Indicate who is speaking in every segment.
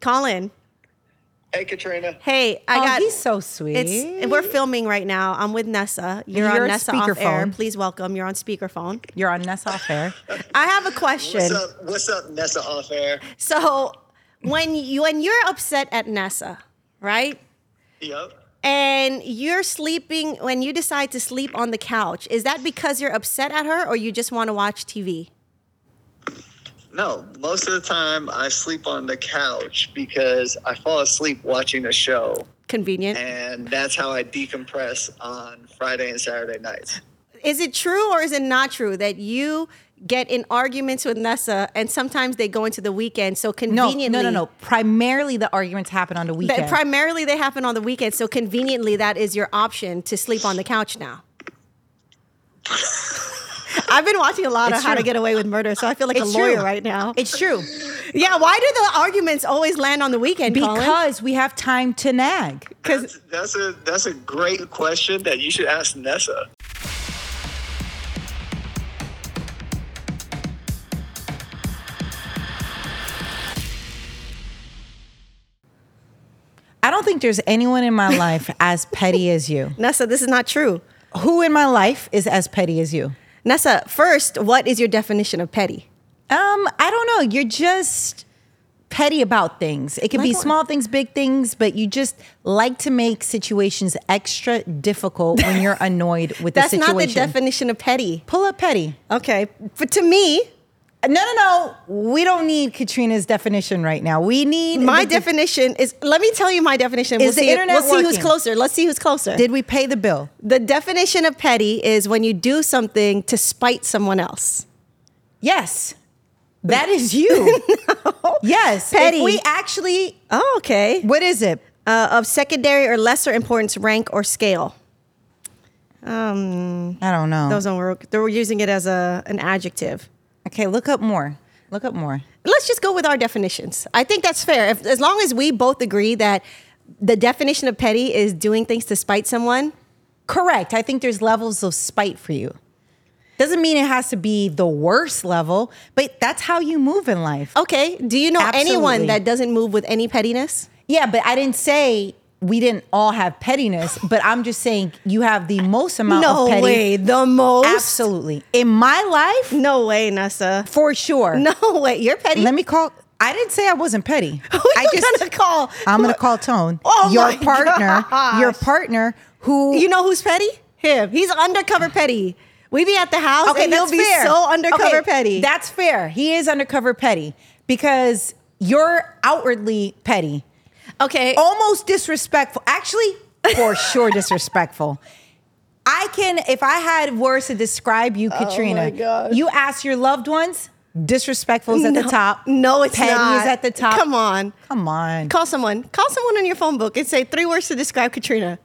Speaker 1: Colin.
Speaker 2: Hey, Katrina.
Speaker 1: Hey, I
Speaker 3: oh,
Speaker 1: got.
Speaker 3: he's so sweet.
Speaker 1: it's we're filming right now. I'm with Nessa. You're,
Speaker 3: You're
Speaker 1: on
Speaker 3: on
Speaker 1: Nessa off air.
Speaker 3: speakerphone.
Speaker 1: Please welcome. You're on speakerphone.
Speaker 3: You're on Ness Off Air.
Speaker 1: I have a question.
Speaker 2: What's up? What's up, Nessa off air?
Speaker 1: So when you when you're upset at Nessa, right?
Speaker 2: Yep.
Speaker 1: And you're sleeping when you decide to sleep on the couch. Is that because you're upset at her, or you just want to watch TV?
Speaker 2: No, most of the time I sleep on the couch because I fall asleep watching a show,
Speaker 1: Convenient.
Speaker 2: and that's how I decompress on Friday and Saturday nights.
Speaker 1: is it true or is it not true that you get in arguments with Nessa and sometimes they go into the weekend? So
Speaker 3: No,
Speaker 1: conveniently,
Speaker 3: no, no, no. Primarily, the arguments happen on the
Speaker 1: that
Speaker 3: weekend.
Speaker 1: primarily they happen on the weekend. So conveniently, that is your option to sleep on the couch now. I've been watching a lot of
Speaker 3: It's
Speaker 1: How to
Speaker 3: true.
Speaker 1: Get Away with Murder, so I feel like
Speaker 3: It's
Speaker 1: a lawyer
Speaker 3: true.
Speaker 1: right now.
Speaker 3: it's true
Speaker 1: yeah, why do the arguments always land on the weekend? Colin?
Speaker 3: because we have time to nag.
Speaker 1: because
Speaker 2: That's a that's a great question that you should ask Nessa.
Speaker 3: I don't think there's anyone in my life as petty as you.
Speaker 1: Nessa, this is not true.
Speaker 3: Who in my life is as petty as you?
Speaker 1: Nessa, first, what is your definition of petty?
Speaker 3: Um, I don't know. You're just petty about things. It can be
Speaker 1: Like what?
Speaker 3: small things, big things, but you just like to make situations extra difficult when you're annoyed with
Speaker 1: That's
Speaker 3: the situation.
Speaker 1: not the definition of petty.
Speaker 3: Pull up petty.
Speaker 1: Okay, but to me,
Speaker 3: No, no, no. We don't need Katrina's definition right now. We need
Speaker 1: My
Speaker 3: the-
Speaker 1: definition is let me tell you my definition.
Speaker 3: Is
Speaker 1: we'll
Speaker 3: the
Speaker 1: see,
Speaker 3: internet
Speaker 1: we'll see who's
Speaker 3: working?
Speaker 1: closer. Let's see who's closer.
Speaker 3: Did we pay the bill?
Speaker 1: the definition of petty is when you do something to spite someone else.
Speaker 3: Yes. That is you. Yes.
Speaker 1: Petty.
Speaker 3: If we actually,
Speaker 1: Oh, okay.
Speaker 3: what is it?
Speaker 1: Uh, of secondary or lesser importance, rank or scale.
Speaker 3: I don't know.
Speaker 1: Those don't work. They were using it as a an adjective.
Speaker 3: okay, look up more. Look up more.
Speaker 1: Let's just go with our definitions. I think that's fair. If, as long as we both agree that the definition of petty is doing things to spite someone.
Speaker 3: Correct. I think there's levels of spite for you. Doesn't mean it has to be the worst level, but that's how you move in life.
Speaker 1: Okay. Do you know anyone
Speaker 3: Absolutely.
Speaker 1: that doesn't move with any pettiness?
Speaker 3: Yeah, but I didn't say we didn't all have pettiness, but I'm just saying you have the most amount
Speaker 1: no
Speaker 3: of petty.
Speaker 1: way. The most.
Speaker 3: Absolutely. In my life,
Speaker 1: No way, Nessa.
Speaker 3: for sure.
Speaker 1: No way. You're petty.
Speaker 3: Let me call. I didn't say I wasn't petty.
Speaker 1: Who
Speaker 3: I
Speaker 1: you gonna call?
Speaker 3: I'm going to call Tone.
Speaker 1: Oh
Speaker 3: your
Speaker 1: my
Speaker 3: partner,
Speaker 1: gosh.
Speaker 3: your partner who
Speaker 1: You know who's petty? Him. He's undercover petty. We be at the house and he'll
Speaker 3: that's
Speaker 1: be
Speaker 3: fair.
Speaker 1: so undercover
Speaker 3: Okay,
Speaker 1: petty.
Speaker 3: That's fair. He is undercover petty because you're outwardly petty,
Speaker 1: okay.
Speaker 3: almost disrespectful. Actually, for sure disrespectful. I can, if I had words to describe you, Katrina,
Speaker 1: Oh gosh.
Speaker 3: you ask your loved ones, disrespectful is at the top.
Speaker 1: No, it's
Speaker 3: petty
Speaker 1: not.
Speaker 3: is at the top.
Speaker 1: Come on.
Speaker 3: Come on.
Speaker 1: Call someone. Call someone in your phone book and say three words to describe Katrina.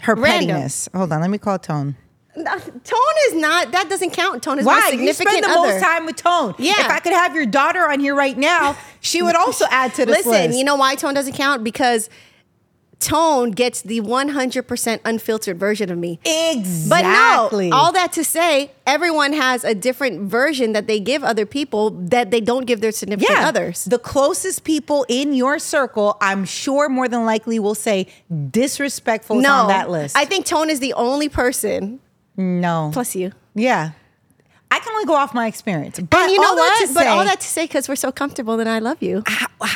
Speaker 3: Her
Speaker 1: Random.
Speaker 3: pettiness. Hold on, let me call Tone.
Speaker 1: No, Tone is not. That doesn't count. Tone is my
Speaker 3: Why? You
Speaker 1: significant
Speaker 3: spend the
Speaker 1: other.
Speaker 3: most time with Tone.
Speaker 1: Yeah.
Speaker 3: If I could have your daughter on here right now, she would also add to this
Speaker 1: Listen,
Speaker 3: list.
Speaker 1: you know why tone doesn't count? Because tone gets the 100% unfiltered version of me. But
Speaker 3: Exactly.
Speaker 1: no, all that to say, everyone has a different version that they give other people that they don't give their significant others.
Speaker 3: The closest people in your circle, I'm sure more than likely will say disrespectful is
Speaker 1: no,
Speaker 3: on that list.
Speaker 1: I think Tone is the only person,
Speaker 3: no.
Speaker 1: plus you.
Speaker 3: yeah. I can only go off my experience. But
Speaker 1: And you know
Speaker 3: all that
Speaker 1: what?
Speaker 3: to
Speaker 1: But all
Speaker 3: say,
Speaker 1: that to say, because we're so comfortable and I love you.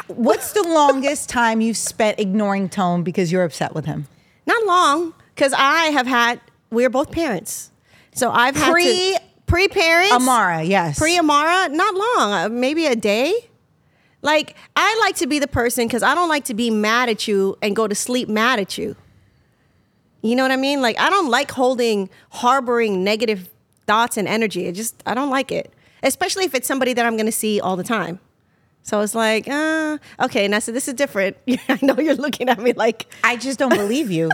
Speaker 3: what's the longest time you've spent ignoring Tone because you're upset with him?
Speaker 1: Not long, because I have had, we're both parents. So I've had
Speaker 3: Pre-
Speaker 1: pre parents.
Speaker 3: Amara, yes.
Speaker 1: Pre Amara, not long, uh, maybe a day. Like, I like to be the person because I don't like to be mad at you and go to sleep mad at you. You know what I mean? Like, I don't like holding, harboring negative thoughts and energy. It just, I don't like it, especially if it's somebody that I'm going to see all the time. So it's like, uh, okay, Nessa, this is different. I know you're looking at me like,
Speaker 3: I just don't believe you.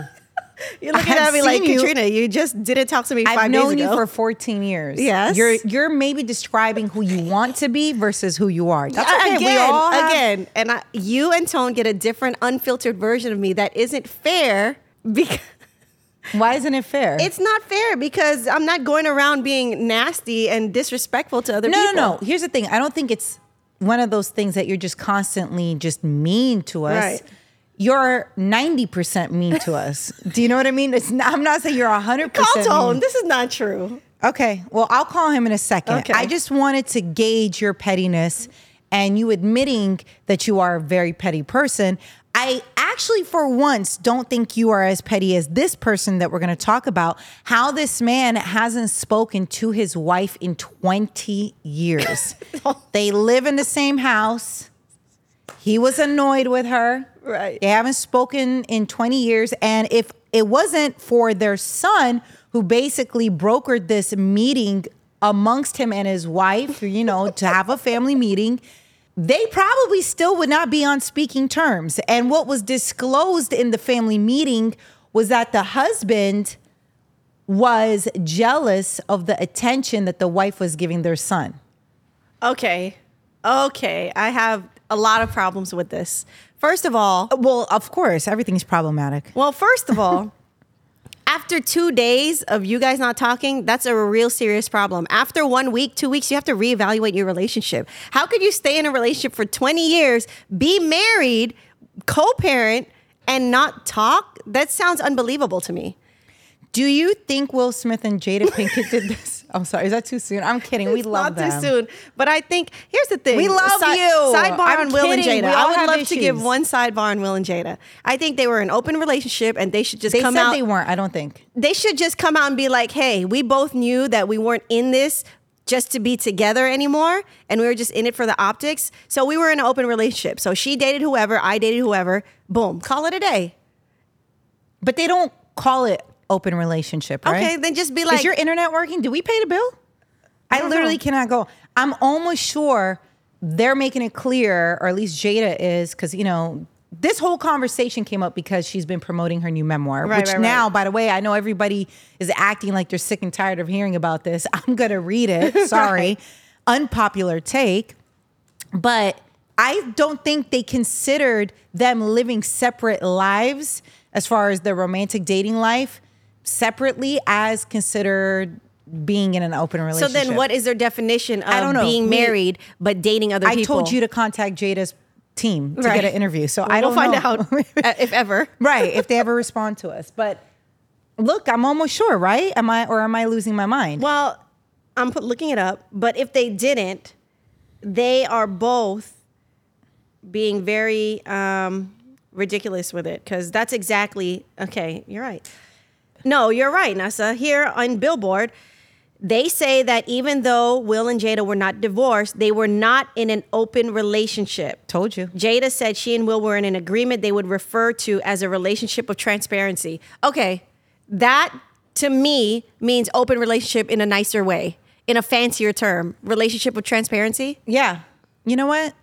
Speaker 1: you're looking
Speaker 3: I've
Speaker 1: at me like,
Speaker 3: seen you.
Speaker 1: Katrina, you just didn't talk to me
Speaker 3: I've
Speaker 1: five
Speaker 3: known
Speaker 1: days
Speaker 3: you
Speaker 1: ago.
Speaker 3: for 14 years.
Speaker 1: Yes.
Speaker 3: You're you're maybe describing who you want to be versus who you are. That's okay.
Speaker 1: Again,
Speaker 3: we all have-
Speaker 1: again, and I, you and Tone get a different, unfiltered version of me that isn't fair because
Speaker 3: Why isn't it fair?
Speaker 1: it's not fair because I'm not going around being nasty and disrespectful to other
Speaker 3: no,
Speaker 1: people.
Speaker 3: no, no. Here's the thing. I don't think it's one of those things that you're just constantly just mean to us.
Speaker 1: Right.
Speaker 3: You're 90% mean to us. Do you know what I mean? It's not, I'm not saying you're 100%
Speaker 1: Call
Speaker 3: mean.
Speaker 1: Tone. This is not true.
Speaker 3: Okay. Well, I'll call him in a second.
Speaker 1: Okay.
Speaker 3: I just wanted to gauge your pettiness and you admitting that you are a very petty person. I actually, for once, don't think you are as petty as this person that we're going to talk about. How this man hasn't spoken to his wife in 20 years. they live in the same house. He was annoyed with her.
Speaker 1: Right.
Speaker 3: They haven't spoken in 20 years. And if it wasn't for their son, who basically brokered this meeting amongst him and his wife, you know, to have a family meeting, they probably still would not be on speaking terms. And what was disclosed in the family meeting was that the husband was jealous of the attention that the wife was giving their son.
Speaker 1: Okay. Okay. I have a lot of problems with this. First of all,
Speaker 3: Well, of course, everything's problematic.
Speaker 1: well, first of all, after two days of you guys not talking, that's a real serious problem. After one week, two weeks, you have to reevaluate your relationship. How could you stay in a relationship for 20 years, be married, co parent, and not talk? That sounds unbelievable to me.
Speaker 3: Do you think Will Smith and Jada Pinkett did this? I'm sorry, is that too soon? I'm kidding. We
Speaker 1: It's not
Speaker 3: love them.
Speaker 1: too soon. But I think here's the thing.
Speaker 3: We love
Speaker 1: Si-
Speaker 3: you.
Speaker 1: Sidebar
Speaker 3: I'm
Speaker 1: on Will
Speaker 3: kidding.
Speaker 1: and Jada.
Speaker 3: We all
Speaker 1: I
Speaker 3: have
Speaker 1: would love to give
Speaker 3: issues.
Speaker 1: one sidebar on Will and Jada. I think they were an open relationship and they should just
Speaker 3: They
Speaker 1: come
Speaker 3: said
Speaker 1: out.
Speaker 3: they weren't. I don't think.
Speaker 1: they should just come out and be like, hey, we both knew that we weren't in this just to be together anymore. And we were just in it for the optics. So we were in an open relationship. So she dated whoever, I dated whoever. Boom. Call it a day.
Speaker 3: But they don't call it open relationship, right?
Speaker 1: Okay, then just be like-
Speaker 3: is your internet working? Do we pay the bill? I,
Speaker 1: don't
Speaker 3: literally
Speaker 1: know.
Speaker 3: cannot go. I'm almost sure they're making it clear, or at least Jada is, because you know this whole conversation came up because she's been promoting her new memoir.
Speaker 1: Right,
Speaker 3: which
Speaker 1: right, right.
Speaker 3: now, by the way, I know everybody is acting like they're sick and tired of hearing about this. I'm gonna read it. Sorry, unpopular take, but. I don't think they considered them living separate lives as far as their romantic dating life separately as considered being in an open
Speaker 1: So
Speaker 3: relationship.
Speaker 1: then what is their definition of
Speaker 3: I don't know.
Speaker 1: being
Speaker 3: We-
Speaker 1: married but dating other
Speaker 3: I
Speaker 1: people?
Speaker 3: told you to contact Jada's team to
Speaker 1: Right.
Speaker 3: get an interview. So I
Speaker 1: I
Speaker 3: don't
Speaker 1: don't find
Speaker 3: know.
Speaker 1: out uh, if ever.
Speaker 3: right, if they ever respond to us. But look, I'm almost sure, right? Am I or am I losing my mind?
Speaker 1: Well, I'm put, looking it up, but if they didn't, they are both being very um, ridiculous with it because that's exactly okay. You're right. No, you're right, Nasa. Here on Billboard, they say that even though Will and Jada were not divorced, they were not in an open relationship.
Speaker 3: Told you.
Speaker 1: Jada said she and Will were in an agreement they would refer to as a relationship of transparency. Okay, that to me means open relationship in a nicer way, in a fancier term, relationship of transparency.
Speaker 3: Yeah. You know what?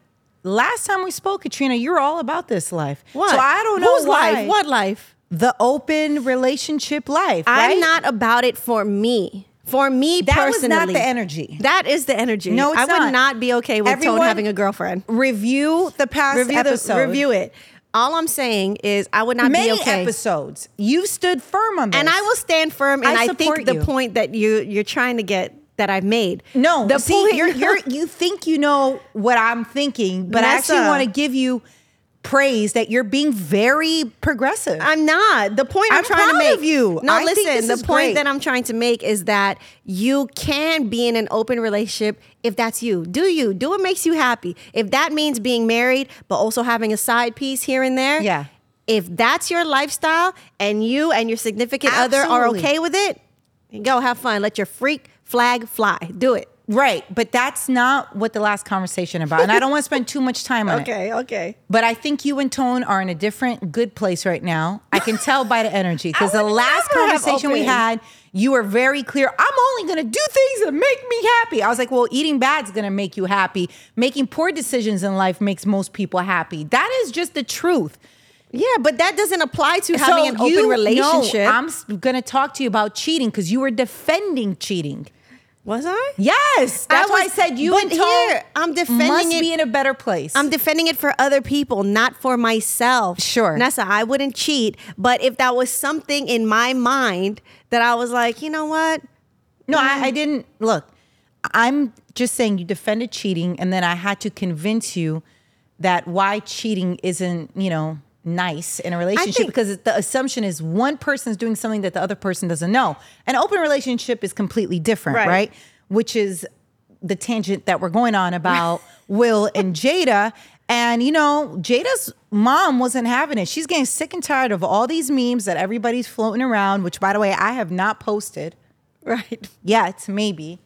Speaker 3: Last time we spoke, Katrina, you were all about this life.
Speaker 1: What?
Speaker 3: So I don't know
Speaker 1: Whose
Speaker 3: why.
Speaker 1: life? What life?
Speaker 3: The open relationship life. right?
Speaker 1: I'm not about it for me. For me
Speaker 3: That was
Speaker 1: personally,
Speaker 3: not the energy.
Speaker 1: That is the energy.
Speaker 3: No, it's
Speaker 1: I would
Speaker 3: not.
Speaker 1: not, be okay with Tone
Speaker 3: Everyone-
Speaker 1: having a girlfriend.
Speaker 3: Review the past
Speaker 1: Review
Speaker 3: episode.
Speaker 1: the review it. All I'm saying is I would not
Speaker 3: Many
Speaker 1: be okay.
Speaker 3: episodes. You stood firm on this.
Speaker 1: And I will stand firm, and
Speaker 3: I
Speaker 1: I,
Speaker 3: support
Speaker 1: think the
Speaker 3: you.
Speaker 1: point that you you're trying to get that I've made.
Speaker 3: No,
Speaker 1: the
Speaker 3: see, you're, you're, you think you know what I'm thinking, but I
Speaker 1: Nessa.
Speaker 3: actually want to give you praise that you're being very progressive.
Speaker 1: I'm not. The point I'm,
Speaker 3: I'm
Speaker 1: trying to
Speaker 3: proud
Speaker 1: make
Speaker 3: of you.
Speaker 1: No,
Speaker 3: I think
Speaker 1: listen.
Speaker 3: this
Speaker 1: the
Speaker 3: is
Speaker 1: point
Speaker 3: great.
Speaker 1: that I'm trying to make is that you can be in an open relationship if that's you. Do you do what makes you happy? If that means being married, but also having a side piece here and there.
Speaker 3: Yeah.
Speaker 1: If that's your lifestyle, and you and your significant other are
Speaker 3: Absolutely.
Speaker 1: okay with it, go have fun. Let your freak flag fly. Do it.
Speaker 3: right, but that's not what the last conversation about. And I don't want to spend too much time on it.
Speaker 1: Okay.
Speaker 3: But I think you and Tone are in a different good place right now. I can tell by the energy because
Speaker 1: I
Speaker 3: the
Speaker 1: would
Speaker 3: last
Speaker 1: never have
Speaker 3: conversation we
Speaker 1: opened.
Speaker 3: had, you were very clear. I'm only going to do things that make me happy. I was like, well, eating bad's going to make you happy. Making poor decisions in life makes most people happy. That is just the truth.
Speaker 1: Yeah, but that doesn't apply to having an open relationship.
Speaker 3: No, I'm going to talk to you about cheating because you were defending cheating.
Speaker 1: was I?
Speaker 3: Yes, that's
Speaker 1: I
Speaker 3: why I
Speaker 1: was-
Speaker 3: said you
Speaker 1: but
Speaker 3: and Tone
Speaker 1: here, I'm defending
Speaker 3: must
Speaker 1: it-
Speaker 3: be in a better place.
Speaker 1: I'm defending it for other people, not for myself.
Speaker 3: Sure.
Speaker 1: Nessa, I wouldn't cheat, but if that was something in my mind that I was like, you know what? Mm.
Speaker 3: No, I, I didn't. Look, I'm just saying you defended cheating, and then I had to convince you that why cheating isn't, you know, nice in a relationship
Speaker 1: think-
Speaker 3: because the assumption is one person's doing something that the other person doesn't know. An open relationship is completely different,
Speaker 1: Right.
Speaker 3: right? Which is the tangent that we're going on about Will and Jada. And you know, Jada's mom wasn't having it. She's getting sick and tired of all these memes that everybody's floating around, which by the way, I have not posted
Speaker 1: Right.
Speaker 3: yet, maybe.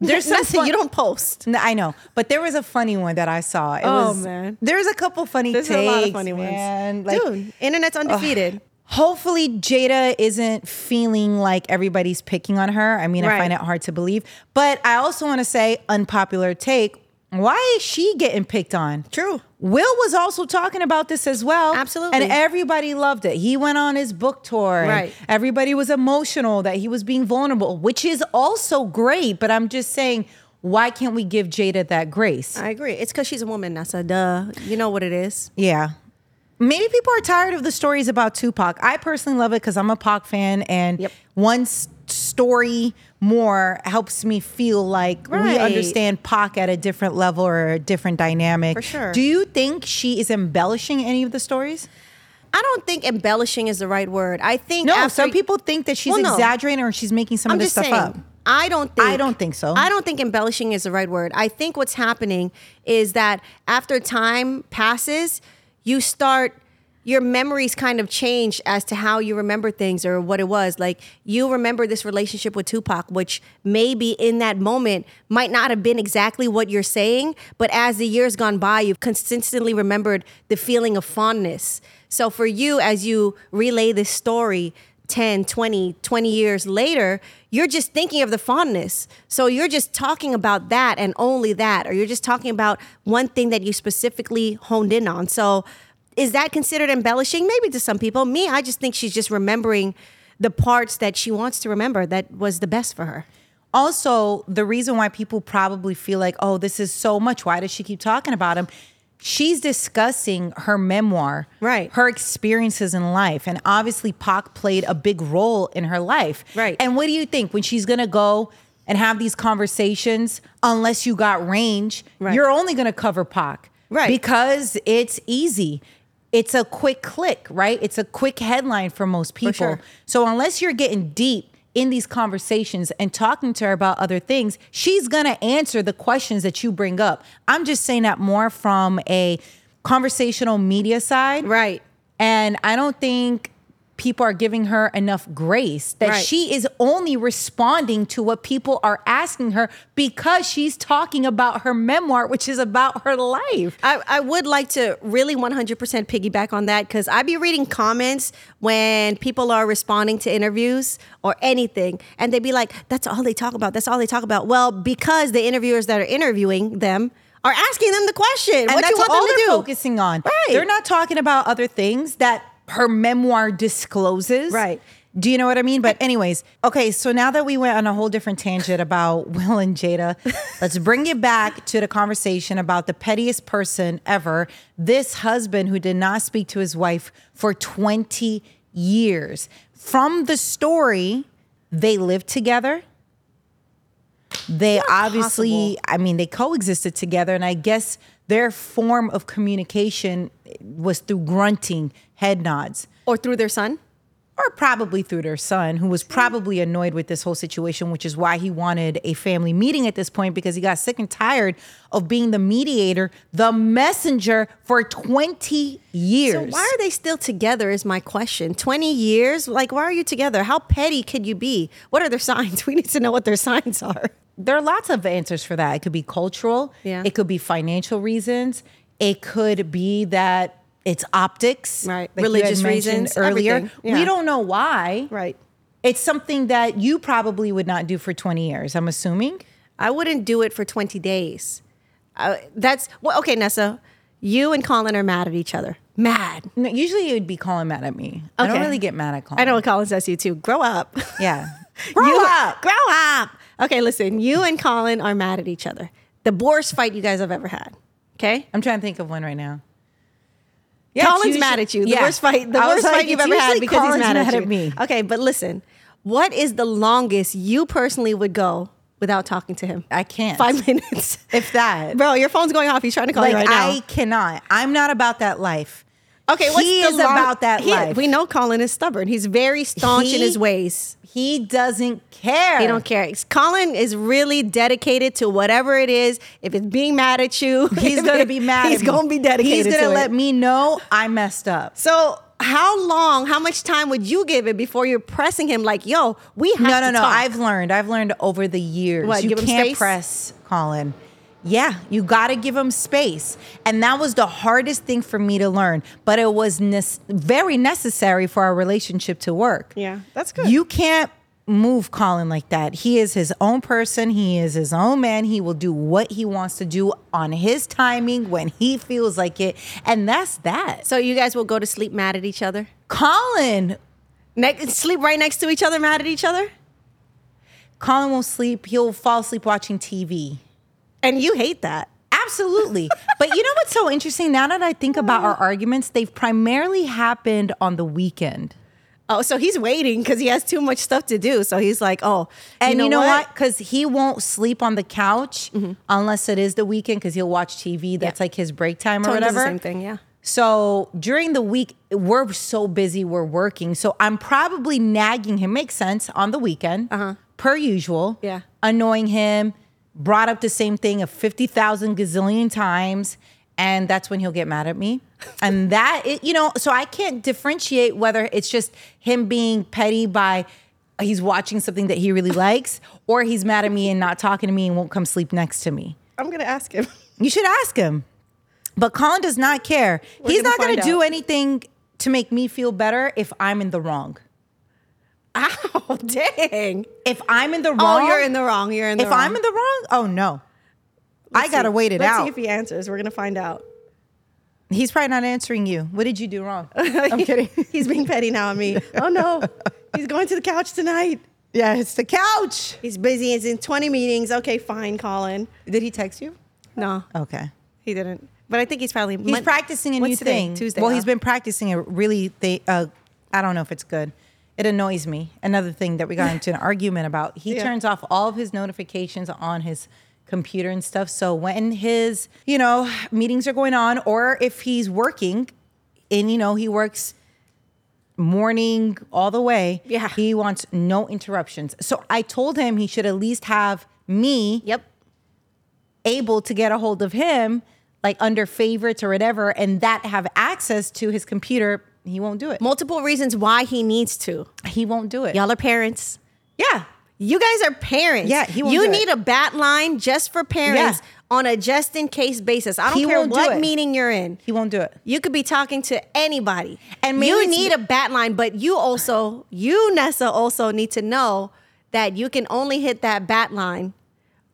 Speaker 1: There's
Speaker 3: some
Speaker 1: something
Speaker 3: fun-
Speaker 1: you don't post.
Speaker 3: No, I know, but there was a funny one that I saw. It
Speaker 1: Oh,
Speaker 3: was,
Speaker 1: man.
Speaker 3: there's a couple funny
Speaker 1: There's
Speaker 3: takes.
Speaker 1: a lot of funny ones.
Speaker 3: man. Like,
Speaker 1: Dude, internet's undefeated.
Speaker 3: Hopefully, Jada isn't feeling like everybody's picking on her. I mean, I
Speaker 1: Right.
Speaker 3: find it hard to believe, but I also want to say unpopular take. Why is she getting picked on?
Speaker 1: True.
Speaker 3: Will was also talking about this as well.
Speaker 1: Absolutely.
Speaker 3: And everybody loved it. He went on his book tour. and
Speaker 1: Right.
Speaker 3: Everybody was emotional that he was being vulnerable, which is also great. But I'm just saying, why can't we give Jada that grace?
Speaker 1: I agree. It's because she's a woman. That's a duh. You know what it is.
Speaker 3: Yeah. Maybe people are tired of the stories about Tupac. I personally love it because I'm a Pac fan, and
Speaker 1: Yep.
Speaker 3: one s- story more helps me feel like we
Speaker 1: Right.
Speaker 3: understand Pac at a different level or a different dynamic.
Speaker 1: For sure.
Speaker 3: Do you think she is embellishing any of the stories?
Speaker 1: I don't think embellishing is the right word. I think
Speaker 3: No,
Speaker 1: after-
Speaker 3: some people think that she's
Speaker 1: Well, no.
Speaker 3: exaggerating or she's making some
Speaker 1: I'm
Speaker 3: of this
Speaker 1: just
Speaker 3: stuff
Speaker 1: saying.
Speaker 3: up.
Speaker 1: I don't. Think,
Speaker 3: I don't think so.
Speaker 1: I don't think embellishing is the right word. I think what's happening is that after time passes, you start your memories kind of change as to how you remember things or what it was. Like you remember this relationship with Tupac, which maybe in that moment might not have been exactly what you're saying, but as the years gone by, you've consistently remembered the feeling of fondness. So for you, as you relay this story, 10, 20, 20 years later, you're just thinking of the fondness. So you're just talking about that and only that, or you're just talking about one thing that you specifically honed in on. So is that considered embellishing? Maybe to some people. Me, I just think she's just remembering the parts that she wants to remember that was the best for her.
Speaker 3: Also, the reason why people probably feel like, oh, this is so much. Why does she keep talking about him? She's discussing her memoir,
Speaker 1: Right.
Speaker 3: Her experiences in life, and obviously, Pac played a big role in her life,
Speaker 1: Right.
Speaker 3: And what do you think when she's gonna go and have these conversations? Unless you got range,
Speaker 1: Right.
Speaker 3: you're only gonna cover Pac,
Speaker 1: Right.
Speaker 3: Because it's easy. It's a quick click, right? It's a quick headline for most people.
Speaker 1: sure.
Speaker 3: So unless you're getting deep in these conversations and talking to her about other things, she's gonna answer the questions that you bring up. I'm just saying that more from a conversational media side.
Speaker 1: Right.
Speaker 3: And I don't think people are giving her enough grace that
Speaker 1: Right.
Speaker 3: she is only responding to what people are asking her because she's talking about her memoir, which is about her life.
Speaker 1: I, I would like to really 100% piggyback on that because I be reading comments when people are responding to interviews or anything, and they be like, that's all they talk about. That's all they talk about. Well, because the interviewers that are interviewing them are asking them the question.
Speaker 3: and
Speaker 1: what
Speaker 3: that's
Speaker 1: you want
Speaker 3: all
Speaker 1: them to
Speaker 3: they're
Speaker 1: do?
Speaker 3: focusing on.
Speaker 1: Right.
Speaker 3: They're not talking about other things that her memoir discloses.
Speaker 1: Right.
Speaker 3: Do you know what I mean? But anyways, okay, so now that we went on a whole different tangent about Will and Jada, let's bring it back to the conversation about the pettiest person ever, this husband who did not speak to his wife for 20 years. From the story, they lived together. They obviously
Speaker 1: possible.
Speaker 3: I mean, they coexisted together, and I guess their form of communication was through grunting, head nods,
Speaker 1: Or through their son?
Speaker 3: or probably through their son, who was probably annoyed with this whole situation, which is why he wanted a family meeting at this point because he got sick and tired of being the mediator, the messenger for 20 years.
Speaker 1: So why are they still together is my question. 20 years? Like, why are you together? How petty could you be? What are their signs? We need to know what their signs are.
Speaker 3: there are lots of answers for that. It could be cultural.
Speaker 1: Yeah.
Speaker 3: It could be financial reasons. It could be that it's optics.
Speaker 1: Right.
Speaker 3: you had
Speaker 1: Religious
Speaker 3: mentioned
Speaker 1: reasons,
Speaker 3: earlier.
Speaker 1: everything. Yeah.
Speaker 3: We don't know why.
Speaker 1: Right.
Speaker 3: It's something that you probably would not do for 20 years, I'm assuming.
Speaker 1: I wouldn't do it for 20 days. Uh, that's well, okay, Nessa. You and Colin are mad at each other. Mad.
Speaker 3: No, usually you'd be calling mad at me. I don't
Speaker 1: Okay.
Speaker 3: really get mad at Colin.
Speaker 1: I know what Colin says to you too. Grow up.
Speaker 3: Yeah. Grow
Speaker 1: You-
Speaker 3: up.
Speaker 1: Grow up. Okay, listen. You and Colin are mad at each other. The worst fight you guys have ever had. Okay.
Speaker 3: I'm trying to think of one right now.
Speaker 1: Colin's
Speaker 3: it's usually-
Speaker 1: mad at you. The
Speaker 3: yeah.
Speaker 1: worst fight. The
Speaker 3: I was
Speaker 1: worst
Speaker 3: like,
Speaker 1: fight you've
Speaker 3: it's
Speaker 1: ever had
Speaker 3: usually
Speaker 1: because
Speaker 3: Colin's
Speaker 1: he's mad,
Speaker 3: mad
Speaker 1: at,
Speaker 3: at
Speaker 1: you.
Speaker 3: me.
Speaker 1: Okay, but listen. What is the longest you personally would go without talking to him.
Speaker 3: I can't.
Speaker 1: Five minutes.
Speaker 3: If that.
Speaker 1: Bro, your phone's going off. He's trying to call
Speaker 3: like
Speaker 1: you right now.
Speaker 3: I cannot. I'm not about that life.
Speaker 1: okay, what's
Speaker 3: he
Speaker 1: the
Speaker 3: is
Speaker 1: long-
Speaker 3: about that
Speaker 1: He-
Speaker 3: life.
Speaker 1: We know Colin is stubborn. He's very staunch in
Speaker 3: He-
Speaker 1: his ways.
Speaker 3: He doesn't care.
Speaker 1: They don't care. Colin is really dedicated to whatever it is. If it's being mad at you,
Speaker 3: He's
Speaker 1: if
Speaker 3: gonna
Speaker 1: it-
Speaker 3: be mad.
Speaker 1: He's
Speaker 3: at me.
Speaker 1: gonna be dedicated.
Speaker 3: He's gonna
Speaker 1: to
Speaker 3: let
Speaker 1: it.
Speaker 3: me know I messed up.
Speaker 1: So how long? How much time would you give it before you're pressing him? Like, yo, we have
Speaker 3: No,
Speaker 1: to
Speaker 3: no, no.
Speaker 1: talk.
Speaker 3: I've learned. I've learned over the years.
Speaker 1: What,
Speaker 3: you
Speaker 1: give him
Speaker 3: can't
Speaker 1: space?
Speaker 3: press, Colin. Yeah, you got to give him space. And that was the hardest thing for me to learn, but it was nes- very necessary for our relationship to work.
Speaker 1: Yeah, that's good.
Speaker 3: You can't move Colin like that. He is his own person, he is his own man. He will do what he wants to do on his timing when he feels like it. And that's that.
Speaker 1: so you guys will go to sleep mad at each other.
Speaker 3: Colin
Speaker 1: Ne- sleep right next to each other, mad at each other,
Speaker 3: Colin won't sleep. He'll fall asleep watching TV.
Speaker 1: and you hate that.
Speaker 3: Absolutely. but you know what's so interesting? Now that I think about our arguments, they've primarily happened on the weekend.
Speaker 1: Oh, so he's waiting because he has too much stuff to do. So he's like, oh,
Speaker 3: And you know, what? Because he won't sleep on the couch unless it is the weekend because he'll watch TV. That's
Speaker 1: Mm-hmm. Yeah.
Speaker 3: like his break time or
Speaker 1: Tone does
Speaker 3: whatever.
Speaker 1: the same thing. Yeah.
Speaker 3: So during the week, we're so busy, we're working. So I'm probably nagging him, makes sense, on the weekend, per usual.
Speaker 1: Yeah.
Speaker 3: Annoying him, brought up the same thing a 50,000 gazillion times. And that's when he'll get mad at me. And that, it, you know, so I can't differentiate whether it's just him being petty by he's watching something that he really likes or he's mad at me and not talking to me and won't come sleep next to me.
Speaker 1: I'm gonna ask him.
Speaker 3: You should ask him. But Colin does not care. He's
Speaker 1: gonna
Speaker 3: not going
Speaker 1: find
Speaker 3: to do
Speaker 1: out.
Speaker 3: anything to make me feel better if I'm in the wrong.
Speaker 1: Ow, dang.
Speaker 3: If I'm in the wrong,
Speaker 1: Oh, you're in the wrong. You're in the
Speaker 3: if
Speaker 1: wrong.
Speaker 3: I'm in the wrong, oh no, I gotta wait it
Speaker 1: Let's
Speaker 3: out.
Speaker 1: see if he answers. We're gonna find out.
Speaker 3: He's probably not answering you. What did you do wrong?
Speaker 1: I'm kidding. He's being petty now on me. Oh no, he's going to the couch tonight.
Speaker 3: yeah, it's the couch.
Speaker 1: He's busy. He's in 20 meetings. Okay, fine, Colin.
Speaker 3: Did he text you? Oh.
Speaker 1: No,
Speaker 3: Okay.
Speaker 1: he didn't. But I think he's probably
Speaker 3: He's practicing a new thing.
Speaker 1: Tuesday.
Speaker 3: Well,
Speaker 1: huh?
Speaker 3: he's been practicing a really. Th- uh, I don't know if it's good. It annoys me. Another thing that we got into an argument about. He
Speaker 1: Yeah.
Speaker 3: turns off all of his notifications on his computer and stuff. So when his you know meetings are going on, or if he's working, and you know he works morning all the way.
Speaker 1: Yeah.
Speaker 3: He wants no interruptions. So I told him he should at least have me
Speaker 1: Yep.
Speaker 3: able to get a hold of him, like under favorites or whatever, and that have access to his computer, he won't do it.
Speaker 1: Multiple reasons why he needs to.
Speaker 3: He won't do it.
Speaker 1: Y'all are parents.
Speaker 3: Yeah.
Speaker 1: You guys are parents.
Speaker 3: Yeah, he won't
Speaker 1: You
Speaker 3: do it.
Speaker 1: need a bat line just for parents
Speaker 3: Yeah.
Speaker 1: on a just in case basis. I don't
Speaker 3: He
Speaker 1: care
Speaker 3: won't do
Speaker 1: what
Speaker 3: it.
Speaker 1: meeting you're in.
Speaker 3: He won't do it.
Speaker 1: You could be talking to anybody,
Speaker 3: And
Speaker 1: and
Speaker 3: maybe
Speaker 1: you
Speaker 3: it's-
Speaker 1: need a bat line. But you also, you Nessa, also need to know that you can only hit that bat line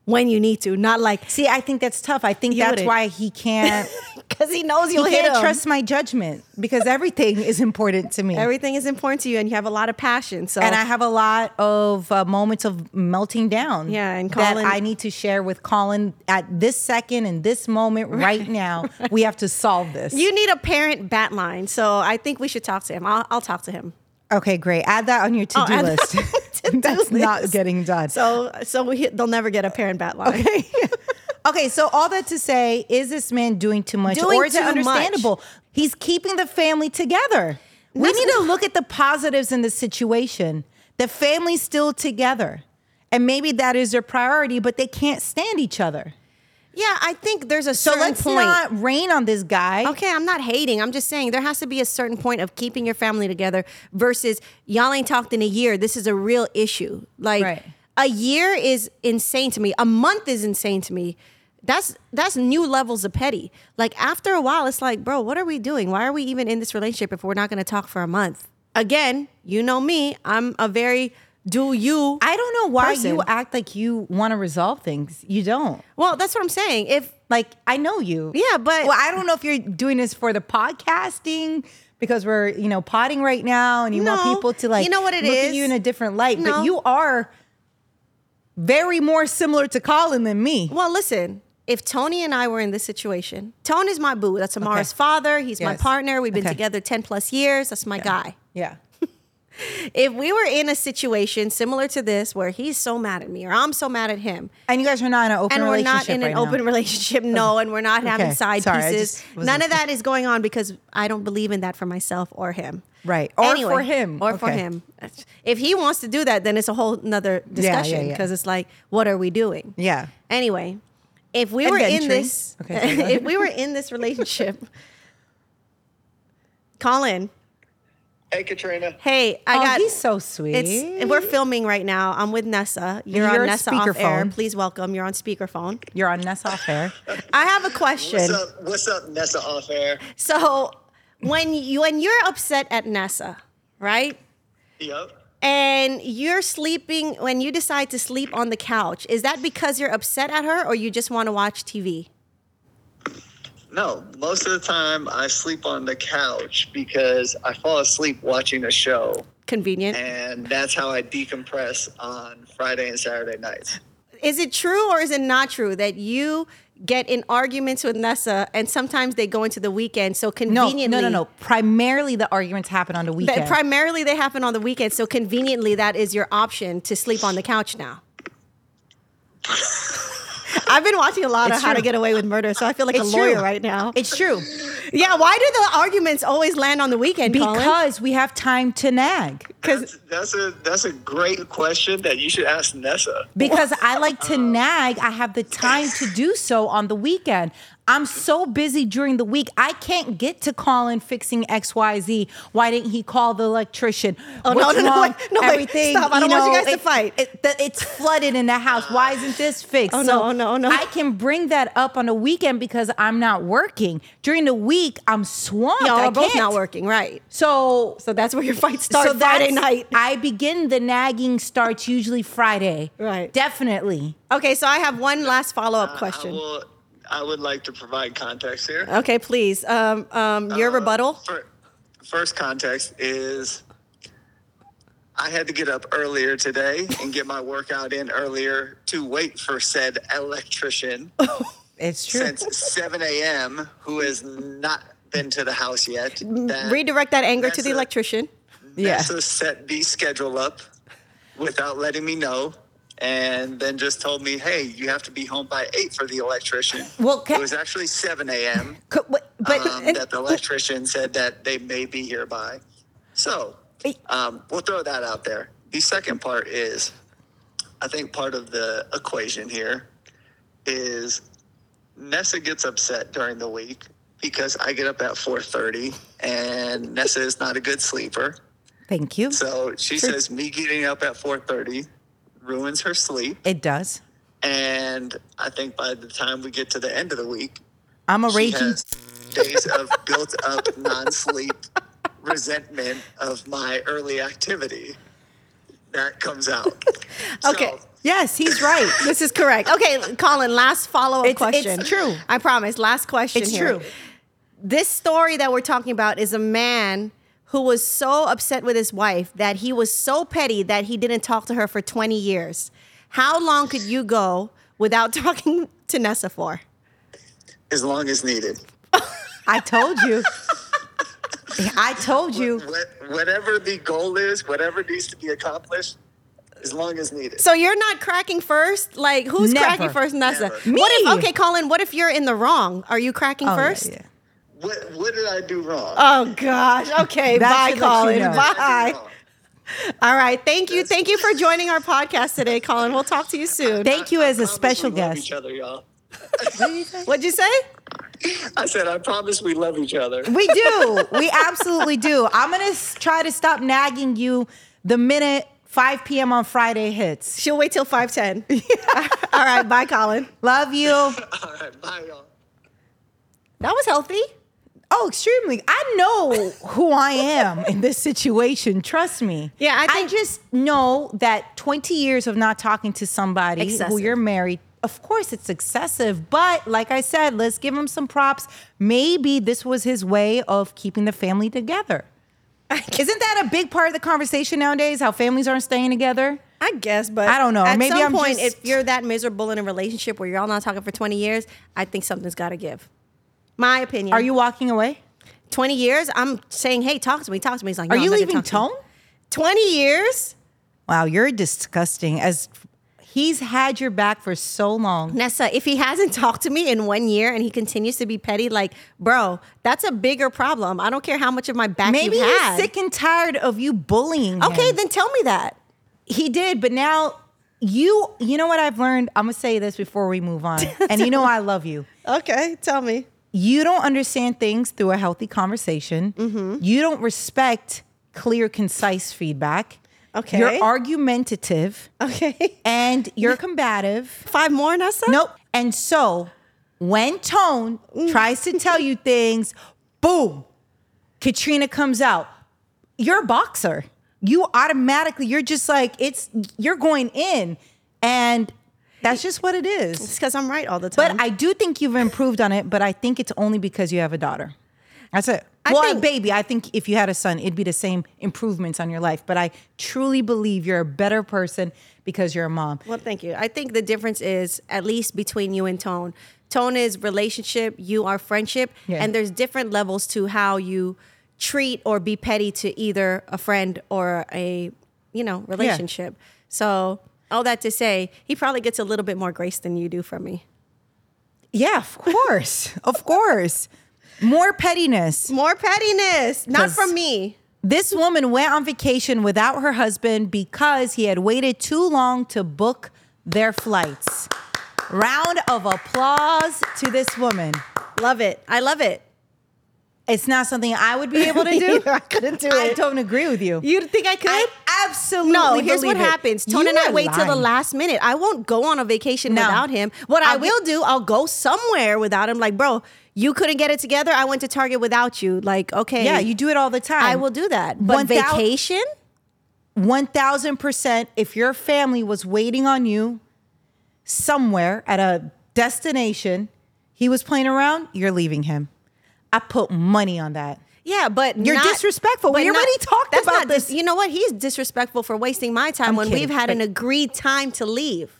Speaker 1: when you need to, not like
Speaker 3: See, I think that's tough. I think
Speaker 1: You
Speaker 3: that's
Speaker 1: wouldn't.
Speaker 3: why he can't
Speaker 1: because he knows
Speaker 3: he
Speaker 1: you'll hit
Speaker 3: can't
Speaker 1: him.
Speaker 3: trust my judgment because everything is important to me.
Speaker 1: Everything is important to you, and you have a lot of passion. So,
Speaker 3: and I have a lot of uh, moments of melting down.
Speaker 1: Yeah, and Colin-
Speaker 3: that I need to share with Colin at this second and this moment right, now. We have to solve this.
Speaker 1: you need a parent bat line. So I think we should talk to him. I'll, I'll talk to him.
Speaker 3: okay, great. Add that on your to-do
Speaker 1: Oh, add that
Speaker 3: list.
Speaker 1: on my to-do
Speaker 3: that's not
Speaker 1: list.
Speaker 3: getting done.
Speaker 1: So, so we, they'll never get a parent bat line. Okay.
Speaker 3: Okay, so all that to say, is this man doing too much
Speaker 1: Doing
Speaker 3: or is it
Speaker 1: too much.
Speaker 3: understandable? He's keeping the family together. We
Speaker 1: That's-
Speaker 3: need to look at the positives in the situation. The family's still together. And maybe that is their priority, but they can't stand each other.
Speaker 1: yeah, I think there's a
Speaker 3: So
Speaker 1: certain
Speaker 3: let's
Speaker 1: point.
Speaker 3: not rain on this guy.
Speaker 1: Okay, I'm not hating. I'm just saying there has to be a certain point of keeping your family together versus y'all ain't talked in a year. This is a real issue. Like
Speaker 3: Right.
Speaker 1: a year is insane to me. A month is insane to me. That's that's new levels of petty. Like after a while, it's like, bro, what are we doing? Why are we even in this relationship if we're not gonna talk for a month? Again, you know me. I'm a very do you
Speaker 3: I don't know why
Speaker 1: Person.
Speaker 3: you act like you want to resolve things. You don't.
Speaker 1: well, that's what I'm saying. If
Speaker 3: Like I know you.
Speaker 1: Yeah, but-
Speaker 3: well, I don't know if you're doing this for the podcasting because we're you know potting right now, and you want
Speaker 1: No.
Speaker 3: people to like
Speaker 1: You know what it
Speaker 3: look at
Speaker 1: is?
Speaker 3: you in a different light. But
Speaker 1: No.
Speaker 3: you are very more similar to Colin than me.
Speaker 1: Well, listen, if Tony and I were in this situation, Tony is my boo. That's Amara's father. He's my
Speaker 3: Yes.
Speaker 1: partner. We've been
Speaker 3: Okay.
Speaker 1: together 10 plus years. That's my guy.
Speaker 3: Yeah,
Speaker 1: if we were in a situation similar to this where he's so mad at me or I'm so mad at him,
Speaker 3: And you guys are not in an open
Speaker 1: and we're
Speaker 3: relationship.
Speaker 1: not in an
Speaker 3: right
Speaker 1: open
Speaker 3: now.
Speaker 1: relationship, no, and we're not having
Speaker 3: Okay,
Speaker 1: side
Speaker 3: sorry, I
Speaker 1: pieces.
Speaker 3: just wasn't-
Speaker 1: None of that is going on because I don't believe in that for myself or him.
Speaker 3: Right. Or
Speaker 1: Anyway,
Speaker 3: for him.
Speaker 1: Or for
Speaker 3: Okay.
Speaker 1: him. If he wants to do that, then it's a whole nother
Speaker 3: yeah,
Speaker 1: discussion
Speaker 3: yeah.
Speaker 1: because it's like, what are we doing?
Speaker 3: Yeah.
Speaker 1: Anyway, if we were in
Speaker 3: Adventuring.
Speaker 1: this,
Speaker 3: Okay, sorry, go ahead.
Speaker 1: if we were in this relationship, Colin,
Speaker 2: Hey, Katrina.
Speaker 1: hey, I
Speaker 3: oh,
Speaker 1: got.
Speaker 3: he's so sweet.
Speaker 1: It's we're filming right now. I'm with Nessa. You're,
Speaker 3: You're
Speaker 1: on
Speaker 3: on
Speaker 1: Nessa off air.
Speaker 3: speakerphone.
Speaker 1: Please welcome. You're on speakerphone.
Speaker 3: You're on Ness off air.
Speaker 1: I have a question.
Speaker 2: What's up? What's up, Nessa off air?
Speaker 1: So when you when you're upset at Nessa, right?
Speaker 2: Yep.
Speaker 1: And you're sleeping when you decide to sleep on the couch. Is that because you're upset at her or you just want to watch TV?
Speaker 2: No, most of the time I sleep on the couch because I fall asleep watching a show,
Speaker 1: Convenient.
Speaker 2: and that's how I decompress on Friday and Saturday nights.
Speaker 1: Is it true or is it not true that you get in arguments with Nessa and sometimes they go into the weekend? So
Speaker 3: No,
Speaker 1: conveniently,
Speaker 3: no, no, no. Primarily, the arguments happen on the
Speaker 1: That
Speaker 3: weekend.
Speaker 1: primarily they happen on the weekend. So conveniently, that is your option to sleep on the couch now. I've been watching a lot of
Speaker 3: It's
Speaker 1: How to
Speaker 3: true.
Speaker 1: Get Away with Murder, so I feel like a
Speaker 3: It's
Speaker 1: lawyer
Speaker 3: true.
Speaker 1: right now.
Speaker 3: it's true
Speaker 1: yeah, why do the arguments always land on the weekend? Colin?
Speaker 3: because we have time to nag.
Speaker 2: That's, that's a that's a great question that you should ask Nessa.
Speaker 3: because I like to nag. I have the time to do so on the weekend. I'm so busy during the week. I can't get to Colin fixing XYZ. Why didn't he call the electrician?
Speaker 1: Oh, no,
Speaker 3: What's
Speaker 1: no, no,
Speaker 3: wrong?
Speaker 1: wait, no, wait,
Speaker 3: Everything,
Speaker 1: stop. I don't want you guys to
Speaker 3: it-
Speaker 1: fight.
Speaker 3: It, the, it's flooded in the house. Why isn't this fixed?
Speaker 1: Oh, no, oh, no, oh, no.
Speaker 3: I can bring that up on the weekend because I'm not working. During the week, I'm swamped.
Speaker 1: y'all
Speaker 3: I
Speaker 1: are both
Speaker 3: can't.
Speaker 1: not working, right?
Speaker 3: So
Speaker 1: So that's where your fight starts Friday
Speaker 3: that's-
Speaker 1: night.
Speaker 3: I begin the nagging starts usually Friday.
Speaker 1: Right.
Speaker 3: Definitely.
Speaker 1: Okay, so I have one last follow up
Speaker 2: I-
Speaker 1: question. Uh,
Speaker 2: I, will, I would like to provide context here.
Speaker 1: okay, please. Um, um, your
Speaker 2: Uh,
Speaker 1: rebuttal.
Speaker 2: Fir- First context is I had to get up earlier today and get my workout in earlier to wait for said electrician
Speaker 3: It's true.
Speaker 2: since 7 a.m. who has not been to the house yet. That
Speaker 1: Redirect that anger to the
Speaker 2: Nessa-
Speaker 1: electrician.
Speaker 3: Yeah.
Speaker 2: Nessa set the schedule up without letting me know. And then just told me, "Hey, you have to be home by eight for the electrician."
Speaker 3: Well, ca-
Speaker 2: it was actually seven a.m.
Speaker 3: Co- But, but
Speaker 2: um, that the electrician said that they may be here by. So um, we'll throw that out there. The second part is, I think part of the equation here is Nessa gets upset during the week because I get up at 4:30 and Nessa is not a good sleeper.
Speaker 3: thank you.
Speaker 2: So she says me getting up at 4:30 ruins her sleep
Speaker 3: It does.
Speaker 2: and I think by the time we get to the end of the week
Speaker 3: I'm a
Speaker 2: she
Speaker 3: raging.
Speaker 2: has days of built up non sleep resentment of my early activity. That comes out.
Speaker 1: Okay.
Speaker 2: So,
Speaker 3: Yes, he's right.
Speaker 1: This is correct. Okay, Colin, last follow up
Speaker 3: It's- it's
Speaker 1: question.
Speaker 3: true.
Speaker 1: I promise. Last question.
Speaker 3: It's
Speaker 1: here.
Speaker 3: true.
Speaker 1: This story that we're talking about is a man who was so upset with his wife that he was so petty that he didn't talk to her for 20 years. How long could you go without talking to Nessa for?
Speaker 2: as long as needed.
Speaker 3: I told you. I told you.
Speaker 2: What, whatever the goal is, whatever needs to be accomplished, as long as needed.
Speaker 1: So you're not cracking first? Like who's
Speaker 3: Never.
Speaker 1: cracking first, Nessa?
Speaker 2: Never.
Speaker 3: Me.
Speaker 1: What if okay, Colin, what if you're in the wrong? Are you cracking
Speaker 3: Oh, yeah,
Speaker 1: first?
Speaker 3: yeah.
Speaker 2: What, what did I do
Speaker 3: Uh,
Speaker 2: wrong?
Speaker 1: Oh gosh. Okay.
Speaker 3: That
Speaker 1: bye,
Speaker 3: should let you
Speaker 1: Colin.
Speaker 3: know.
Speaker 2: What did I
Speaker 1: Bye.
Speaker 2: do wrong?
Speaker 1: All right. Thank you. Thank you for joining our podcast today, Colin. We'll talk to you soon.
Speaker 3: Thank you as a
Speaker 2: Promise we
Speaker 3: special
Speaker 2: love
Speaker 3: guest.
Speaker 2: Each other, y'all.
Speaker 1: What'd you say?
Speaker 2: I said, I promise we love each other.
Speaker 3: We do. We absolutely do. I'm gonna s- try to stop nagging you the minute 5 p.m. on Friday hits.
Speaker 1: She'll wait till 510. All right. Bye, Colin.
Speaker 3: Love you.
Speaker 2: All right, bye, y'all.
Speaker 1: That was healthy.
Speaker 3: Oh, extremely. I know who I am in this situation. Trust me.
Speaker 1: Yeah, I think-
Speaker 3: just know that 20 years of not talking to somebody
Speaker 1: Excessive.
Speaker 3: who you're married, of course it's excessive. But like I said, let's give him some props. Maybe this was his way of keeping the family together. Isn't that a big part of the conversation nowadays? How families aren't staying together?
Speaker 1: I guess, but
Speaker 3: I don't know.
Speaker 1: At
Speaker 3: Maybe
Speaker 1: some
Speaker 3: I'm
Speaker 1: point,
Speaker 3: just-
Speaker 1: if you're that miserable in a relationship where you're all not talking for 20 years, I think something's got to give. My opinion.
Speaker 3: Are you walking away?
Speaker 1: 20 years? I'm saying, hey, talk to me. Talk to me. He's like,
Speaker 3: Are
Speaker 1: "No,
Speaker 3: you
Speaker 1: I'm not gonna
Speaker 3: leaving
Speaker 1: talk to you."
Speaker 3: tone?
Speaker 1: 20 years?
Speaker 3: Wow, you're disgusting. As he's had your back for so long.
Speaker 1: Nessa, if he hasn't talked to me in one year and he continues to be petty, like, bro, that's a bigger problem. I don't care how much of my back
Speaker 3: Maybe
Speaker 1: you
Speaker 3: he's
Speaker 1: had.
Speaker 3: sick and tired of you bullying.
Speaker 1: Okay,
Speaker 3: him.
Speaker 1: then tell me that.
Speaker 3: he did, but now you you know what I've learned? I'm gonna say this before we move on. and you know I love you.
Speaker 1: Okay, tell me.
Speaker 3: you don't understand things through a healthy conversation. You don't respect clear, concise feedback.
Speaker 1: Okay.
Speaker 3: You're argumentative
Speaker 1: Okay.
Speaker 3: and you're combative.
Speaker 1: Five more, Nessa?
Speaker 3: Nope. And so when Tone tries to tell you things, boom, Katrina comes out. You're a boxer. You automatically, you're just like, it's, you're going in. And that's just what it is.
Speaker 1: It's because I'm right all the time.
Speaker 3: But I do think you've improved on it, but I think it's only because you have a daughter. That's it.
Speaker 1: I
Speaker 3: well,
Speaker 1: think-
Speaker 3: a baby, I think if you had a son, it'd be the same improvements on your life. But I truly believe you're a better person because you're a mom.
Speaker 1: Well, thank you. I think the difference is at least between you and Tone. Tone is relationship, you are friendship,
Speaker 3: Yeah.
Speaker 1: and there's different levels to how you treat or be petty to either a friend or a, you know, relationship. So, all that to say, he probably gets a little bit more grace than you do from me.
Speaker 3: Yeah, of course. of course. More pettiness.
Speaker 1: More pettiness, not
Speaker 3: 'Cause-
Speaker 1: from me.
Speaker 3: This woman went on vacation without her husband because he had waited too long to book their flights. Round of applause to this woman.
Speaker 1: Love it. I love it.
Speaker 3: It's not something I would be able to do.
Speaker 1: I couldn't do
Speaker 3: I
Speaker 1: it.
Speaker 3: don't agree with you.
Speaker 1: You think I could?
Speaker 3: I absolutely
Speaker 1: no, here's what
Speaker 3: believe it.
Speaker 1: happens.
Speaker 3: You
Speaker 1: Tone and I
Speaker 3: are
Speaker 1: wait till the
Speaker 3: lying.
Speaker 1: last minute. I won't go on a vacation
Speaker 3: No.
Speaker 1: without him. What i
Speaker 3: I'll be-
Speaker 1: will do, I'll go somewhere without him. Like, bro, you couldn't get it together. I went to Target without you. Like, okay.
Speaker 3: Yeah, you do it all the time.
Speaker 1: I will do that. But
Speaker 3: One thou-
Speaker 1: vacation?
Speaker 3: One thousand percent. If your family was waiting on you somewhere at a destination, he was playing around. You're leaving him. I put money on that.
Speaker 1: Yeah, but
Speaker 3: You're
Speaker 1: not-
Speaker 3: disrespectful. We
Speaker 1: but not-
Speaker 3: already talked
Speaker 1: that's
Speaker 3: about
Speaker 1: not dis-
Speaker 3: this.
Speaker 1: You know what? He's disrespectful for wasting my time
Speaker 3: I'm
Speaker 1: when
Speaker 3: kidding,
Speaker 1: we've had an
Speaker 3: but-
Speaker 1: agreed time to leave.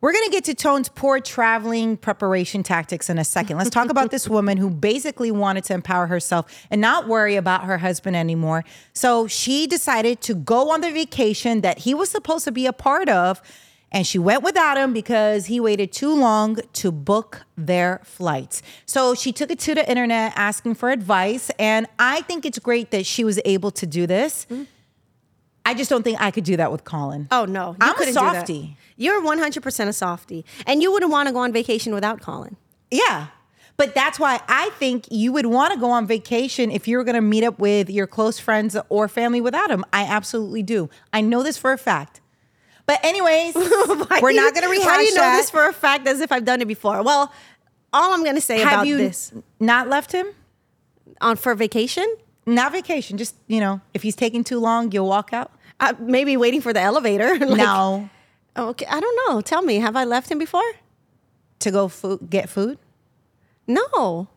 Speaker 3: We're going to get to Tone's poor traveling preparation tactics in a second. Let's talk about this woman who basically wanted to empower herself and not worry about her husband anymore. So she decided to go on the vacation that he was supposed to be a part of. And she went without him because he waited too long to book their flights. So she took it to the internet asking for advice. And I think it's great that she was able to do this. I just don't think I could do that with Colin.
Speaker 1: Mm-hmm. Oh no, you
Speaker 3: I'm a
Speaker 1: couldn't do that.
Speaker 3: softie.
Speaker 1: You're 100 percent a softie, and you wouldn't want to go on vacation without Colin.
Speaker 3: Yeah. But that's why I think you would want to go on vacation if you were going to meet up with your close friends or family without him. I absolutely do. I know this for a fact. But anyways,
Speaker 1: Why
Speaker 3: we're
Speaker 1: do
Speaker 3: not
Speaker 1: you-
Speaker 3: going to rehash
Speaker 1: Why do you know
Speaker 3: that.
Speaker 1: this for a fact as if I've done it before? Well, all I'm going to say
Speaker 3: Have
Speaker 1: about
Speaker 3: you
Speaker 1: this
Speaker 3: not left him?
Speaker 1: on for vacation,
Speaker 3: Not vacation. Just you know, if he's taking too long, you'll walk out.
Speaker 1: uh, maybe waiting for the elevator. like- Oh,
Speaker 3: no,
Speaker 1: Okay, I don't know. Tell me, have I left him before?
Speaker 3: to go food, get food.
Speaker 1: No.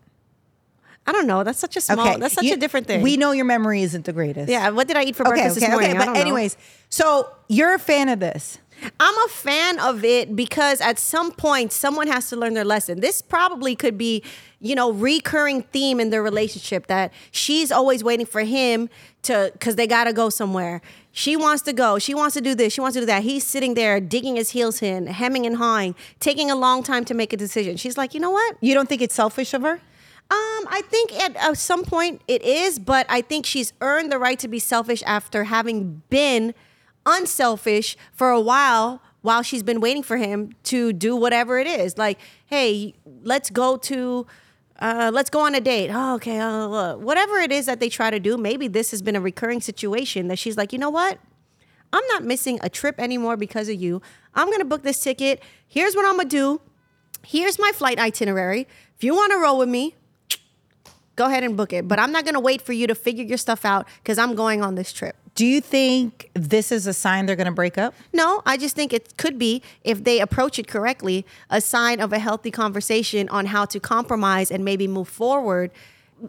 Speaker 1: I don't know. That's such a small. That's such
Speaker 3: You-
Speaker 1: a different thing.
Speaker 3: We know your memory isn't the greatest.
Speaker 1: yeah. What did I eat for breakfast this morning? I
Speaker 3: But
Speaker 1: don't know.
Speaker 3: anyways, so you're a fan of this.
Speaker 1: I'm a fan of it because at some point someone has to learn their lesson. This probably could be, you know, recurring theme in their relationship that she's always waiting for him to cuz they got to go somewhere. She wants to go. She wants to do this. She wants to do that. He's sitting there digging his heels in, hemming and hawing, taking a long time to make a decision. She's like, "You know what?
Speaker 3: You don't think it's selfish of her?
Speaker 1: Um, I think at uh, some point it is, but I think she's earned the right to be selfish after having been unselfish for a while while she's been waiting for him to do whatever it is. Like, hey, let's go to uh, let's go on a date. Oh, okay, uh, uh, whatever it is that they try to do, maybe this has been a recurring situation that she's like, you know what? I'm not missing a trip anymore because of you. I'm gonna book this ticket. Here's what I'm gonna do. Here's my flight itinerary. If you wanna roll with me, go ahead and book it. But I'm not gonna wait for you to figure your stuff out because I'm going on this trip.
Speaker 3: Do you think this is a sign they're going to break up?
Speaker 1: No, I just think it could be, if they approach it correctly, a sign of a healthy conversation on how to compromise and maybe move forward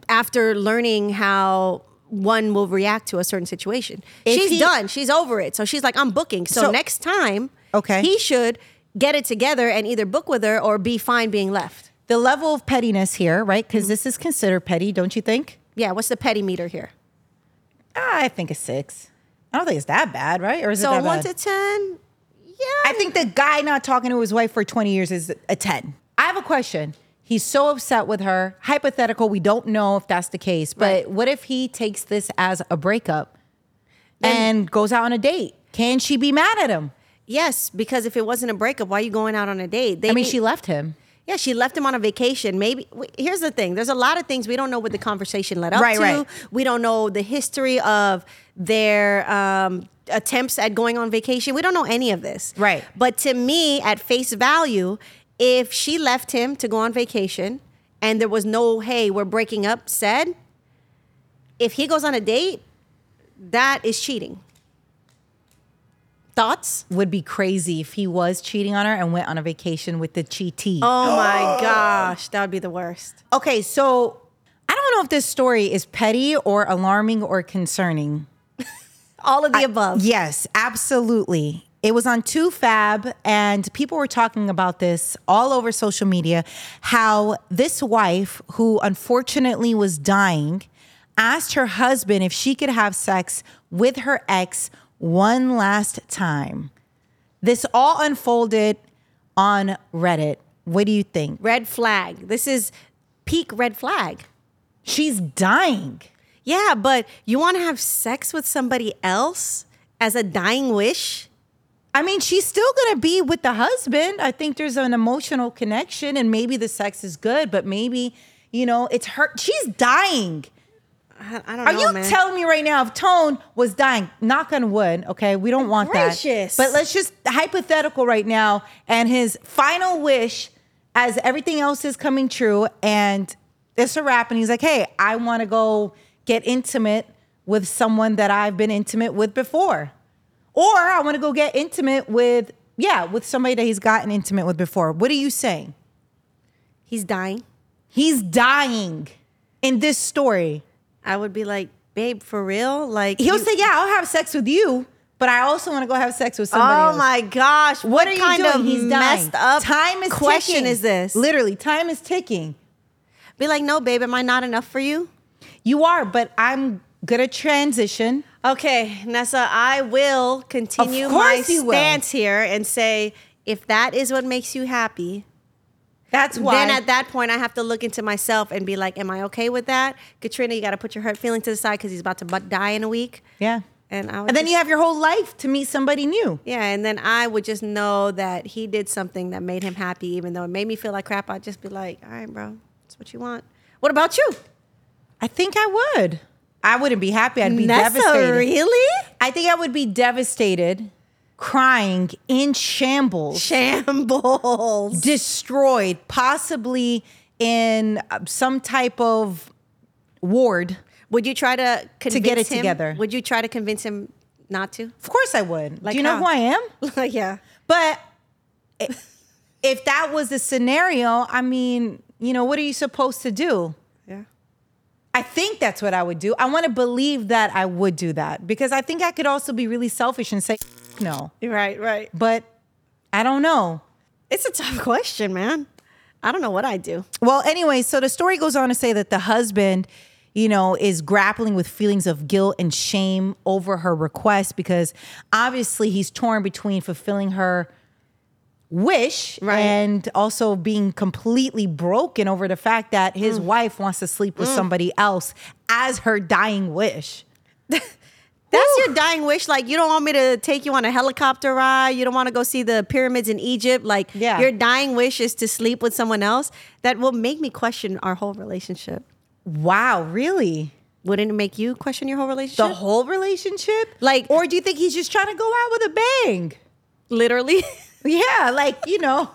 Speaker 1: after learning how one will react to a certain situation.
Speaker 3: If
Speaker 1: she's
Speaker 3: he-
Speaker 1: done, she's over it. So she's like, I'm booking. So,
Speaker 3: So-
Speaker 1: next time,
Speaker 3: Okay.
Speaker 1: he should get it together and either book with her or be fine being left.
Speaker 3: The level of pettiness here, right?
Speaker 1: Mm-hmm.
Speaker 3: Because this is considered petty, don't you think?
Speaker 1: Yeah, what's the petty meter here?
Speaker 3: I think a six. I don't think it's that bad, right? Or is it
Speaker 1: So
Speaker 3: that
Speaker 1: one
Speaker 3: bad?
Speaker 1: to ten, yeah.
Speaker 3: I think the guy not talking to his wife for 20 years is a 10. I have a question. He's so upset with her. Hypothetical, we don't know if that's the case, but
Speaker 1: Right.
Speaker 3: what if he takes this as a breakup and goes out on a date? Can she be mad at him?
Speaker 1: yes, because if it wasn't a breakup, why are you going out on a date? They
Speaker 3: I mean,
Speaker 1: need-
Speaker 3: she left him.
Speaker 1: Yeah, she left him on a vacation. Maybe w- here's the thing: there's a lot of things we don't know what the conversation led up
Speaker 3: Right,
Speaker 1: to.
Speaker 3: right.
Speaker 1: We don't know the history of their um, attempts at going on vacation. We don't know any of this.
Speaker 3: Right.
Speaker 1: But to me, at face value, if she left him to go on vacation and there was no "Hey, we're breaking up," said, if he goes on a date, that is cheating. Thoughts?
Speaker 3: Would be crazy if he was cheating on her and went on a vacation with the cheatee.
Speaker 1: Oh my gosh, that would be the worst.
Speaker 3: Okay, so I don't know if this story is petty or alarming or concerning.
Speaker 1: All of the above.
Speaker 3: Yes, absolutely. It was on 2Fab, and people were talking about this all over social media how this wife, who unfortunately was dying, asked her husband if she could have sex with her ex one last time. This all unfolded on Reddit. What do you think?
Speaker 1: red flag. This is peak red flag.
Speaker 3: She's dying.
Speaker 1: Yeah, but you want to have sex with somebody else as a dying wish?
Speaker 3: I mean, she's still gonna be with the husband. I think there's an emotional connection, and maybe the sex is good, but maybe you know it's her. She's dying.
Speaker 1: I, I don't
Speaker 3: Are
Speaker 1: know.
Speaker 3: you
Speaker 1: man.
Speaker 3: telling me right now if Tone was dying? Knock on wood. Okay, we don't want
Speaker 1: Gracious.
Speaker 3: that. But let's just hypothetical right now, and his final wish, as everything else is coming true, and it's a wrap, and he's like, "Hey, I want to go get intimate with someone that I've been intimate with before." or I want to go get intimate with yeah with somebody that he's gotten intimate with before. What are you saying?
Speaker 1: He's dying.
Speaker 3: He's dying in this story.
Speaker 1: I would be like, babe, for real? Like
Speaker 3: He'll
Speaker 1: you-
Speaker 3: say, "Yeah, I'll have sex with you, but I also want to go have sex with somebody."
Speaker 1: Oh
Speaker 3: else.
Speaker 1: my gosh! What,
Speaker 3: What are you
Speaker 1: kind
Speaker 3: doing?
Speaker 1: of
Speaker 3: He's
Speaker 1: messed
Speaker 3: dying.
Speaker 1: up
Speaker 3: Time is
Speaker 1: question
Speaker 3: ticking.
Speaker 1: is this?
Speaker 3: Literally, time is ticking.
Speaker 1: Be like, no, babe, am I not enough for you?
Speaker 3: You are, but I'm gonna transition.
Speaker 1: Okay, Nessa, I will continue
Speaker 3: Of
Speaker 1: my
Speaker 3: course you will.
Speaker 1: stance here and say, if that is what makes you happy,
Speaker 3: That's why.
Speaker 1: Then at that point, I have to look into myself and be like, am I okay with that? Katrina, you got to put your hurt feeling to the side because he's about to bu- die in a week.
Speaker 3: yeah.
Speaker 1: And I would
Speaker 3: And then
Speaker 1: just-
Speaker 3: you have your whole life to meet somebody new.
Speaker 1: yeah, and then I would just know that he did something that made him happy, even though it made me feel like crap. I'd just be like, all right, bro, that's what you want. What about you?
Speaker 3: I think I would. I wouldn't be happy. I'd be
Speaker 1: Nessa,
Speaker 3: devastated.
Speaker 1: really?
Speaker 3: I think I would be devastated, crying in shambles,
Speaker 1: Shambles.
Speaker 3: destroyed, possibly in uh, some type of ward.
Speaker 1: Would you try to convince
Speaker 3: get it
Speaker 1: him-
Speaker 3: together.
Speaker 1: Would you try to convince him not to?
Speaker 3: Of course, I would.
Speaker 1: Like
Speaker 3: Do you know
Speaker 1: how?
Speaker 3: who I am?
Speaker 1: yeah.
Speaker 3: But i- if that was the scenario, I mean, you know, what are you supposed to do?
Speaker 1: Yeah.
Speaker 3: I think that's what I would do. I want to believe that I would do that because I think I could also be really selfish and say no.
Speaker 1: Right, right.
Speaker 3: But I don't know.
Speaker 1: It's a tough question, man. I don't know what I do.
Speaker 3: Well, anyway, so the story goes on to say that the husband, you know, is grappling with feelings of guilt and shame over her request because obviously he's torn between fulfilling her wish
Speaker 1: Right.
Speaker 3: and also being completely broken over the fact that his wife wants to sleep with somebody else as her dying wish.
Speaker 1: That's your dying wish. Like you don't want me to take you on a helicopter ride. You don't want to go see the pyramids in Egypt. Like
Speaker 3: Yeah.
Speaker 1: your dying wish is to sleep with someone else. That will make me question our whole relationship.
Speaker 3: Wow, really?
Speaker 1: Wouldn't it make you question your whole
Speaker 3: The
Speaker 1: relationship?
Speaker 3: whole relationship?
Speaker 1: Like-
Speaker 3: or do you think he's just trying to go out with a bang?
Speaker 1: Literally.
Speaker 3: Yeah, like, you know.